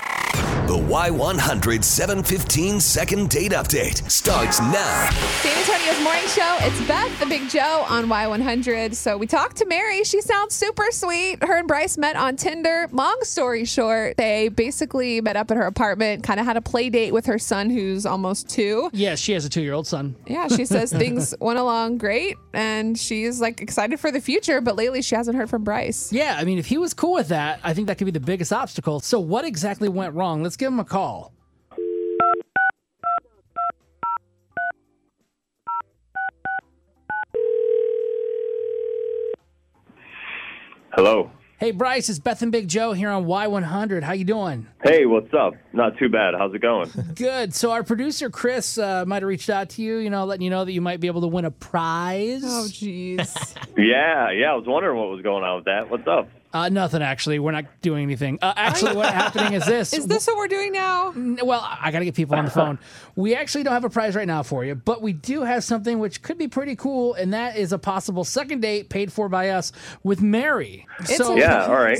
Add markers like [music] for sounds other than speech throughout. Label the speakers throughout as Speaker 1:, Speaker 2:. Speaker 1: The Y100 715 second date update starts now.
Speaker 2: San Antonio's morning show. It's Beth, the Big Joe on Y100. So we talked to Mary. She sounds super sweet. Her and Bryce met on Tinder. Long story short, they basically met up at her apartment, kind of had a play date with her son who's almost two.
Speaker 3: Yes, she has a two-year-old son.
Speaker 2: Yeah, she [laughs] says things went along great and she's like excited for the future, but lately she hasn't heard from Bryce.
Speaker 3: Yeah, I mean, if he was cool with that, I think that could be the biggest obstacle. So, what exactly went wrong? Let's give him a call.
Speaker 4: Hello.
Speaker 3: Hey, Bryce, it's Beth and Big Joe here on Y100. How you doing?
Speaker 4: Hey, what's up? Not too bad. How's
Speaker 2: [laughs]
Speaker 4: it going?
Speaker 3: Good. So, our producer Chris uh, might have reached out to you, you know, letting you know that you might be able to win a prize.
Speaker 2: Oh, jeez.
Speaker 4: yeah, yeah. I was wondering what was going on with that. What's up?
Speaker 3: uh, nothing actually. We're not doing anything. Uh,
Speaker 2: [laughs]
Speaker 3: actually, what's happening is
Speaker 2: [laughs]
Speaker 3: this.
Speaker 2: Is this what we're doing now?
Speaker 3: Well, I got to get people on the phone. We actually don't have a prize right now for you, but we do have something which could be pretty cool, and that is a possible second date paid for by us with Mary. so,
Speaker 2: a- [laughs]
Speaker 4: Yeah, all right.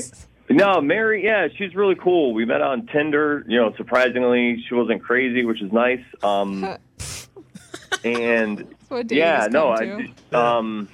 Speaker 4: No, Mary. Yeah, she's really cool. We met on Tinder. You know, surprisingly, she wasn't crazy, which is nice. Um,
Speaker 2: [laughs]
Speaker 4: and
Speaker 2: what dating
Speaker 4: yeah,
Speaker 2: has
Speaker 4: no,
Speaker 2: come
Speaker 4: I, um,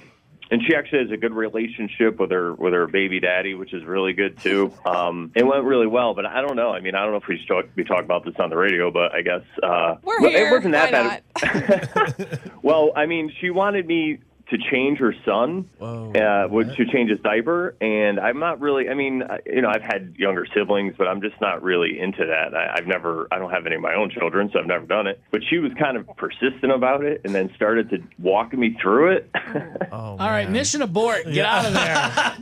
Speaker 4: and she actually has a good relationship with her with her baby daddy, which is really good too. Um, it went really well, but I don't know. I mean, I don't know if we should talk, we talk about this on the radio, but I guess uh,
Speaker 2: We're
Speaker 4: well,
Speaker 2: here.
Speaker 4: It wasn't that
Speaker 2: Why
Speaker 4: bad. Well, I mean, she wanted me to change her son, uh, would to change his diaper, and I'm not really. I mean, I- you know, I've had younger siblings, but I'm just not really into that. I, I've never, I don't have any of my own children, so I've never done it. But she was kind of persistent about it, and then started to walk me through it. [laughs]
Speaker 3: all right, mission abort. Get out
Speaker 2: [laughs]
Speaker 3: of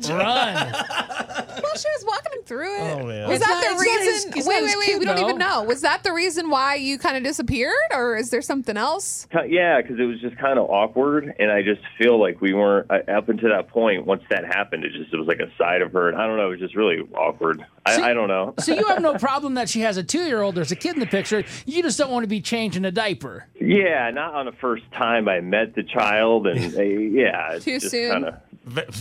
Speaker 3: there. Run.
Speaker 2: Well, she was walking him through it.
Speaker 5: Oh, man.
Speaker 2: Was
Speaker 3: It's
Speaker 2: that
Speaker 3: not-
Speaker 2: the
Speaker 3: it's not his-
Speaker 2: reason?
Speaker 3: it's not
Speaker 2: wait,
Speaker 3: his
Speaker 2: wait, wait.
Speaker 3: kid,
Speaker 2: We don't
Speaker 3: though.
Speaker 2: even know. Was that the reason why you kind of disappeared, or is there something else?
Speaker 4: Ki- Yeah, because it was just kind of awkward, and I just feel like we weren't I- up until that point. Once that happened, it just it was like a side of her, and I don't know, it was just really awkward. I, I don't know.
Speaker 3: So you have no problem that she has a two-year-old. There's a kid in the picture. You just don't want to be changing a diaper.
Speaker 4: Yeah, not on the first time I met the child, and uh, yeah, it's
Speaker 2: Too
Speaker 4: just
Speaker 2: soon?
Speaker 4: Kinda,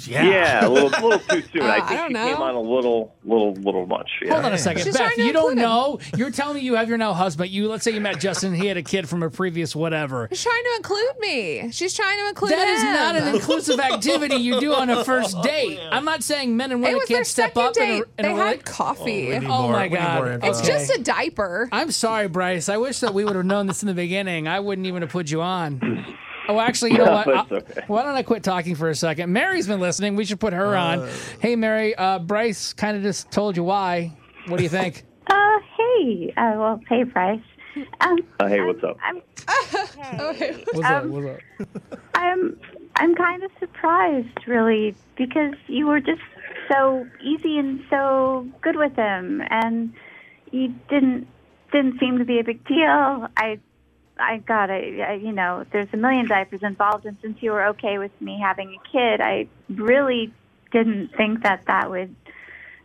Speaker 5: Yeah.
Speaker 4: yeah, a little, little too
Speaker 2: [laughs]
Speaker 4: soon. I
Speaker 2: Uh, I
Speaker 4: think
Speaker 2: don't
Speaker 4: she
Speaker 2: know.
Speaker 4: came on a little, little, little much. Yeah. Uh,
Speaker 3: Hold on a second,
Speaker 2: She's
Speaker 3: Beth.
Speaker 2: trying to
Speaker 3: You don't
Speaker 2: include him.
Speaker 3: know. You're telling me you have your now husband. You let's say you met Justin. He had a kid from a previous whatever.
Speaker 2: She's trying to include me. She's trying to include
Speaker 3: That
Speaker 2: him.
Speaker 3: is not an inclusive activity you do on
Speaker 2: [laughs]
Speaker 3: a first date. I'm not saying men and
Speaker 2: Oh, It
Speaker 3: women
Speaker 2: was their
Speaker 3: can't step
Speaker 2: second
Speaker 3: up
Speaker 2: date.
Speaker 3: and
Speaker 2: they had coffee.
Speaker 5: need
Speaker 3: Oh
Speaker 5: more-
Speaker 3: my
Speaker 5: we need more
Speaker 3: god!
Speaker 5: info.
Speaker 2: it's
Speaker 3: Okay.
Speaker 2: just a diaper.
Speaker 3: I'm sorry, Bryce. I wish that we would have known this in the beginning. I wouldn't even have put you on. Oh, actually, you know
Speaker 4: No,
Speaker 3: what?
Speaker 4: it's
Speaker 3: I-
Speaker 4: okay.
Speaker 3: Why don't I quit talking for a second? Mary's been listening. We should put her on. Hey, Mary. Uh, Bryce kind of just told you why. What do you think?
Speaker 6: Uh, hey. Uh, well, hey, Bryce. Um,
Speaker 4: Uh, hey, what's up?
Speaker 6: I'm,
Speaker 2: Okay.
Speaker 3: What's up? What's up?
Speaker 6: I'm, I'm kind of surprised, really, because you were just so easy and so good with him, and you didn't didn't seem to be a big deal. I, I got it. You know, there's a million diapers involved, and since you were okay with me having a kid, I really didn't think that that would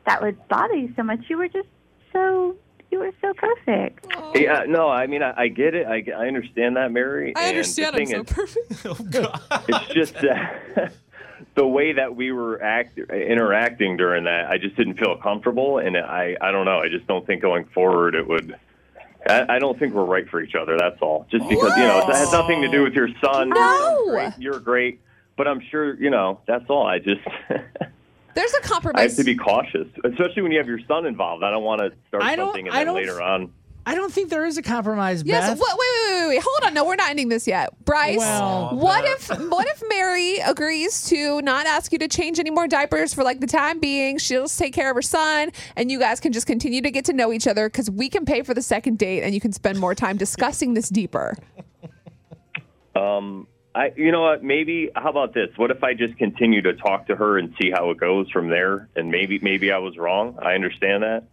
Speaker 6: that would bother you so much. You were just so you were so perfect.
Speaker 4: Yeah, no, I mean, I, I get it. I, I understand that, Mary.
Speaker 2: Oh. I understand.
Speaker 4: And
Speaker 2: I'm
Speaker 4: the thing
Speaker 2: so
Speaker 4: is,
Speaker 2: perfect.
Speaker 4: it's just uh, [laughs] the way that we were act- interacting during that. I just didn't feel comfortable, and I, I don't know. I just don't think going forward it would. I, I don't think we're right for each other. That's all. Just because you know it has nothing to do with your son. Your son's
Speaker 2: No.
Speaker 4: great, you're great, but I'm sure you know. That's all. I just. [laughs]
Speaker 2: There's a
Speaker 4: I have
Speaker 2: compromise.
Speaker 4: to be cautious, especially when you have your son involved. I don't want to start
Speaker 3: I don't-
Speaker 4: something and
Speaker 3: I
Speaker 4: then
Speaker 3: don't-
Speaker 4: later on.
Speaker 3: I don't think there is a compromise,
Speaker 2: Yes.
Speaker 3: Beth.
Speaker 2: Wait, wait, wait, wait, wait. Hold on. No, we're not ending this yet, Bryce.
Speaker 3: Well,
Speaker 2: what if What if Mary agrees to not ask you to change any more diapers for like the time being? She'll just take care of her son, and you guys can just continue to get to know each other because we can pay for the second date, and you can spend more time discussing this deeper.
Speaker 4: Um, I, you know what? Maybe. How about this? What if I just continue to talk to her and see how it goes from there? And maybe, maybe I was wrong. I understand that,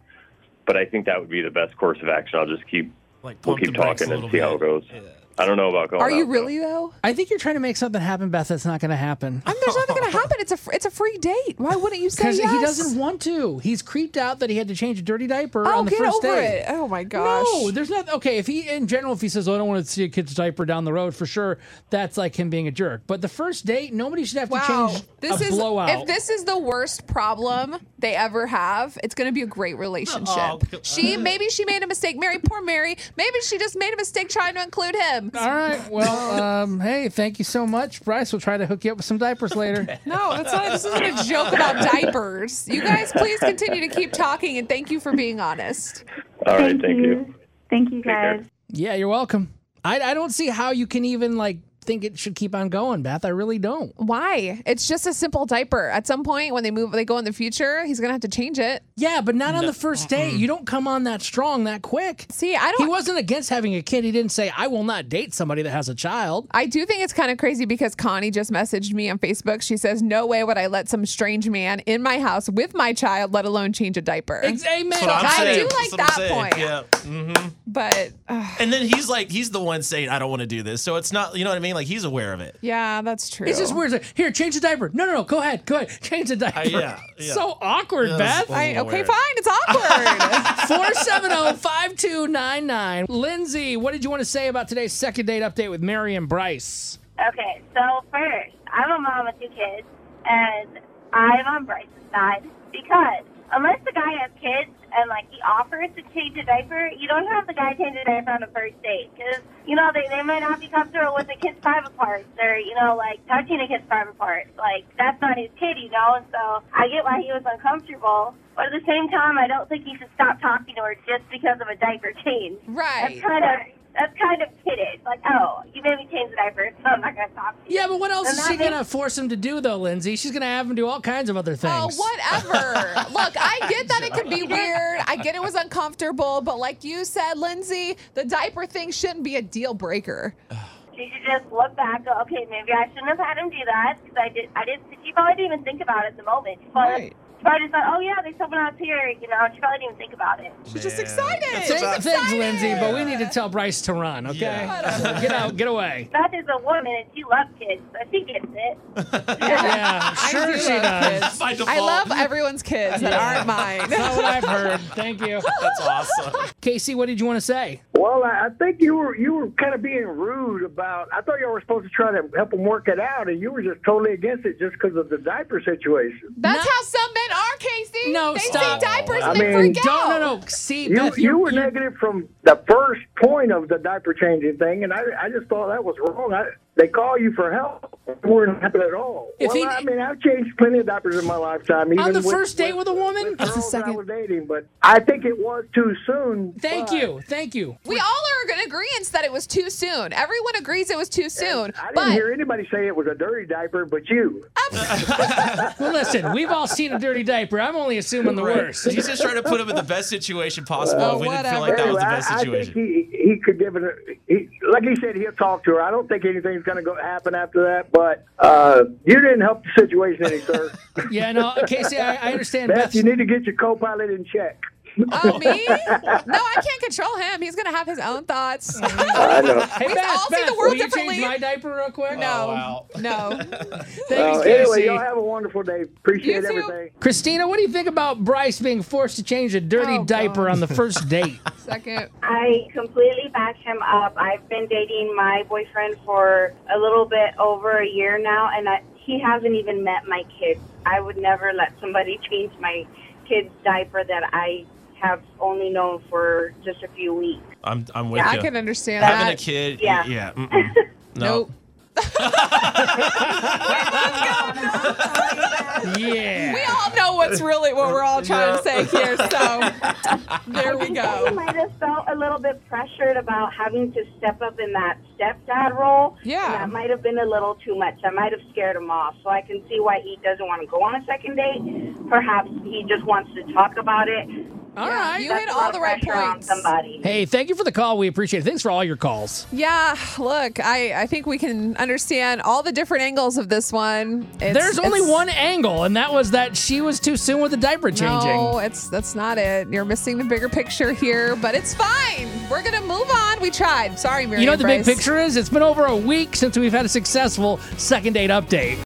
Speaker 4: but I think that would be the best course of action. I'll just keep.
Speaker 5: Like,
Speaker 4: We'll
Speaker 5: pump
Speaker 4: keep
Speaker 5: the brakes
Speaker 4: talking
Speaker 5: a
Speaker 4: and
Speaker 5: little
Speaker 4: see how it
Speaker 5: bit.
Speaker 4: goes.
Speaker 5: Yeah.
Speaker 4: I don't know about going.
Speaker 2: Are you
Speaker 4: out,
Speaker 2: really though?
Speaker 3: I think you're trying to make something happen, Beth. That's not going to happen.
Speaker 2: I mean, there's nothing going to happen. It's a fr- it's a free date. Why wouldn't
Speaker 3: [laughs]
Speaker 2: you say
Speaker 3: Because
Speaker 2: yes?
Speaker 3: he doesn't want to. He's creeped out that he had to change a dirty diaper
Speaker 2: Oh,
Speaker 3: on the
Speaker 2: get
Speaker 3: first
Speaker 2: over
Speaker 3: day.
Speaker 2: it. Oh my gosh.
Speaker 3: No, there's not. Okay, if he in general, if he says, "Oh, I don't want to see a kid's diaper down the road," for sure, that's like him being a jerk. But the first date, nobody should have to
Speaker 2: Wow,
Speaker 3: change
Speaker 2: this
Speaker 3: a
Speaker 2: is
Speaker 3: blowout.
Speaker 2: if this is the worst problem they ever have, it's going to be a great relationship.
Speaker 5: Oh, come
Speaker 2: she maybe she made a mistake, Mary. Poor Mary. Maybe she just made a mistake trying to include him.
Speaker 3: All right. Well, um, [laughs] hey, thank you so much, Bryce. We'll try to hook you up with some
Speaker 2: [laughs]
Speaker 3: diapers later.
Speaker 2: No, that's not. This isn't a joke about diapers. You guys, please continue to keep talking, and thank you for being honest.
Speaker 4: though. All right, thank you.
Speaker 6: Thank you,
Speaker 4: care.
Speaker 6: guys.
Speaker 3: yeah, you're welcome. I, I don't see how you can even like think it should keep on going, Beth. I really don't.
Speaker 2: Why? It's just a simple diaper. At some point, when they move, they go in the future. He's going to have to change it.
Speaker 3: Yeah, but not on the first date. You don't come on that strong that quick.
Speaker 2: See, I don't.
Speaker 3: He wasn't against having a kid. He didn't say, I will not date somebody that has a child.
Speaker 2: I do think it's kind of crazy because Connie just messaged me on Facebook. She says, "No way would I let some strange man in my house with my child, let alone change a diaper."
Speaker 3: Ex- Amen.
Speaker 5: That's what I'm
Speaker 2: I do
Speaker 5: saying.
Speaker 2: like
Speaker 5: That's what I'm
Speaker 2: that
Speaker 5: saying.
Speaker 2: point.
Speaker 5: Yeah.
Speaker 2: But uh,
Speaker 5: And then he's like, he's the one saying, I don't want to do this. So it's not, you know what I mean? Like, he's aware of it.
Speaker 2: yeah, that's true.
Speaker 3: It's just weird. It's like, Here, change the diaper. No, no, no. Go ahead. Go ahead. [laughs] Change the diaper.
Speaker 5: yeah, yeah.
Speaker 3: So awkward,
Speaker 5: that's-
Speaker 3: Beth. [laughs]
Speaker 2: I,
Speaker 5: Lord.
Speaker 2: okay, fine. It's awkward.
Speaker 7: [laughs]
Speaker 3: 470-5299. Lindsay, what did you want to say about today's second date update with Mary and Bryce?
Speaker 8: Okay, so first, I'm a mom with two kids, and I'm on Bryce's side because unless the guy has kids and like he offers to change a diaper, you don't have the guy change a diaper on the first date because you know they they might not be comfortable with the kid's private parts or you know like touching a kid's private parts. Like that's not his kid, you know. And so I get why he was uncomfortable, but at the same time, I don't think he should stop talking to her just because of a diaper change.
Speaker 2: right.
Speaker 8: That's kind of that's kind of kiddish. Like, oh, you made me change the diaper, Oh so I'm not gonna talk to you.
Speaker 3: Yeah, but what else
Speaker 8: And
Speaker 3: is
Speaker 8: that
Speaker 3: she going to
Speaker 8: makes-
Speaker 3: force him to do, though, Lindsay? She's going to have him do all kinds of other
Speaker 2: Oh,
Speaker 3: things.
Speaker 2: whatever. Look, I get that it could
Speaker 7: [laughs]
Speaker 2: be weird. I get it was uncomfortable, but like you said, Lindsay, the diaper thing shouldn't be a deal breaker.
Speaker 8: She should just look back. Go, okay, maybe I shouldn't have had him do that because I did. I did. She probably didn't even think about it at the moment. She probably,
Speaker 2: Right.
Speaker 8: she probably just thought, oh yeah, there's someone out here. You know, she probably didn't even think about it.
Speaker 2: She's just excited.
Speaker 3: Thanks, thanks, Lindsay, but we need to tell Bryce to run, okay?
Speaker 5: Yeah.
Speaker 3: So get out, get away.
Speaker 8: Beth is a woman and she loves kids, so she gets it.
Speaker 3: [laughs] Yeah,
Speaker 2: I
Speaker 3: sure
Speaker 2: do
Speaker 3: she
Speaker 2: love
Speaker 3: does.
Speaker 2: kids.
Speaker 5: [laughs] By
Speaker 2: I
Speaker 5: default.
Speaker 2: love everyone's kids that aren't
Speaker 7: [laughs]
Speaker 2: mine.
Speaker 3: Not what I've heard. Thank [laughs] you.
Speaker 5: That's awesome.
Speaker 3: Casey, what did you want to say?
Speaker 7: Well, I I think you were you were kind of being rude about. I thought y'all were supposed to try to help them work it out, and you were just totally against it just because of the diaper situation.
Speaker 2: That's how some men are, Casey.
Speaker 3: No,
Speaker 2: they
Speaker 3: stop.
Speaker 2: see diapers and
Speaker 7: I
Speaker 2: they
Speaker 7: mean,
Speaker 2: freak out.
Speaker 3: Don't, no, no. See,
Speaker 7: You
Speaker 3: Beth,
Speaker 7: you
Speaker 3: you're-
Speaker 7: were
Speaker 3: you're-
Speaker 7: negative from the first point of the diaper changing thing, and I I just thought that was wrong. I, they call you for help. You weren't happy at all.
Speaker 3: If
Speaker 7: well,
Speaker 3: he-
Speaker 7: I mean, I've changed plenty of diapers in my lifetime. Even
Speaker 3: on the
Speaker 7: with-
Speaker 3: first date with a woman?
Speaker 7: with girls that
Speaker 2: second-
Speaker 7: I was dating, but I think it was too soon.
Speaker 3: Thank
Speaker 7: but
Speaker 3: you. Thank you.
Speaker 2: We all are in agreement that it was too soon. Everyone agrees it was too soon.
Speaker 7: I didn't
Speaker 2: But
Speaker 7: hear anybody say it was a dirty diaper, but you.
Speaker 3: Well, listen, we've all seen a dirty diaper. I'm only assuming the worst.
Speaker 5: He's just trying to put him in the best situation possible.
Speaker 2: Oh,
Speaker 5: if we didn't feel like that was the
Speaker 7: Anyway,
Speaker 5: best
Speaker 7: I,
Speaker 5: situation.
Speaker 7: I think he, he could give it. A, he, like he said, he'll talk to her. I don't think anything's going to go happen after that. But uh, you didn't help the situation
Speaker 5: [laughs]
Speaker 7: any, sir.
Speaker 3: Yeah, no, Casey, I, I understand.
Speaker 7: Beth,
Speaker 3: Beth,
Speaker 7: you need to get your co-pilot in check.
Speaker 2: oh, me? No, I can't control him. He's gonna have his own
Speaker 3: [laughs]
Speaker 2: thoughts.
Speaker 5: [laughs]
Speaker 7: I know.
Speaker 3: hey,
Speaker 2: We've
Speaker 3: Beth,
Speaker 2: all seen
Speaker 3: Beth,
Speaker 2: the world
Speaker 3: will you
Speaker 2: differently.
Speaker 3: change my diaper real quick? Oh,
Speaker 2: No,
Speaker 5: wow.
Speaker 2: no.
Speaker 3: Thanks,
Speaker 7: Uh,
Speaker 3: Casey.
Speaker 7: anyway, y'all have a wonderful day. Appreciate
Speaker 2: You too.
Speaker 7: everything.
Speaker 3: Christina, what do you think about Bryce being forced to change a dirty
Speaker 2: Oh,
Speaker 3: diaper
Speaker 2: God.
Speaker 3: on
Speaker 2: [laughs]
Speaker 3: the first date?
Speaker 2: Second.
Speaker 8: I completely back him up. I've been dating my boyfriend for a little bit over a year now, and I, he hasn't even met my kids. I would never let somebody [laughs] change my kid's diaper that I have only known for just a few weeks.
Speaker 5: I'm, I'm with
Speaker 2: Yeah, I
Speaker 5: you.
Speaker 2: can understand
Speaker 5: Having a
Speaker 2: that.
Speaker 5: kid.
Speaker 8: Yeah.
Speaker 5: Yeah. mm-mm. No.
Speaker 2: Nope. [laughs]
Speaker 3: yeah.
Speaker 2: We all know what's really what we're all trying to say here, so
Speaker 3: [laughs]
Speaker 2: there we
Speaker 8: I
Speaker 2: go.
Speaker 8: might have felt a little bit pressured about having to step up in that stepdad role.
Speaker 2: Yeah.
Speaker 8: And that might have been a little too much. I might have scared him off. So I can see why he doesn't want to go on a second date. Perhaps he just wants to talk about it.
Speaker 3: all right.
Speaker 2: You
Speaker 8: That's
Speaker 2: hit
Speaker 8: a lot
Speaker 2: all
Speaker 8: of
Speaker 2: the right
Speaker 8: pressure on
Speaker 2: points.
Speaker 8: somebody.
Speaker 3: Hey, thank you for the call. We appreciate it. Thanks for all your calls.
Speaker 2: Yeah, look, I, I think we can understand all the different angles of this one. It's-
Speaker 3: There's only
Speaker 2: it's-
Speaker 3: one angle, and that was that she was too soon with the diaper changing.
Speaker 2: No, it's that's not it. You're missing the bigger picture here, but it's fine. We're gonna move on. We tried. Sorry, Miriam.
Speaker 3: You know what the big
Speaker 2: Bryce.
Speaker 3: picture is? It's been over a week since we've had a successful second date update.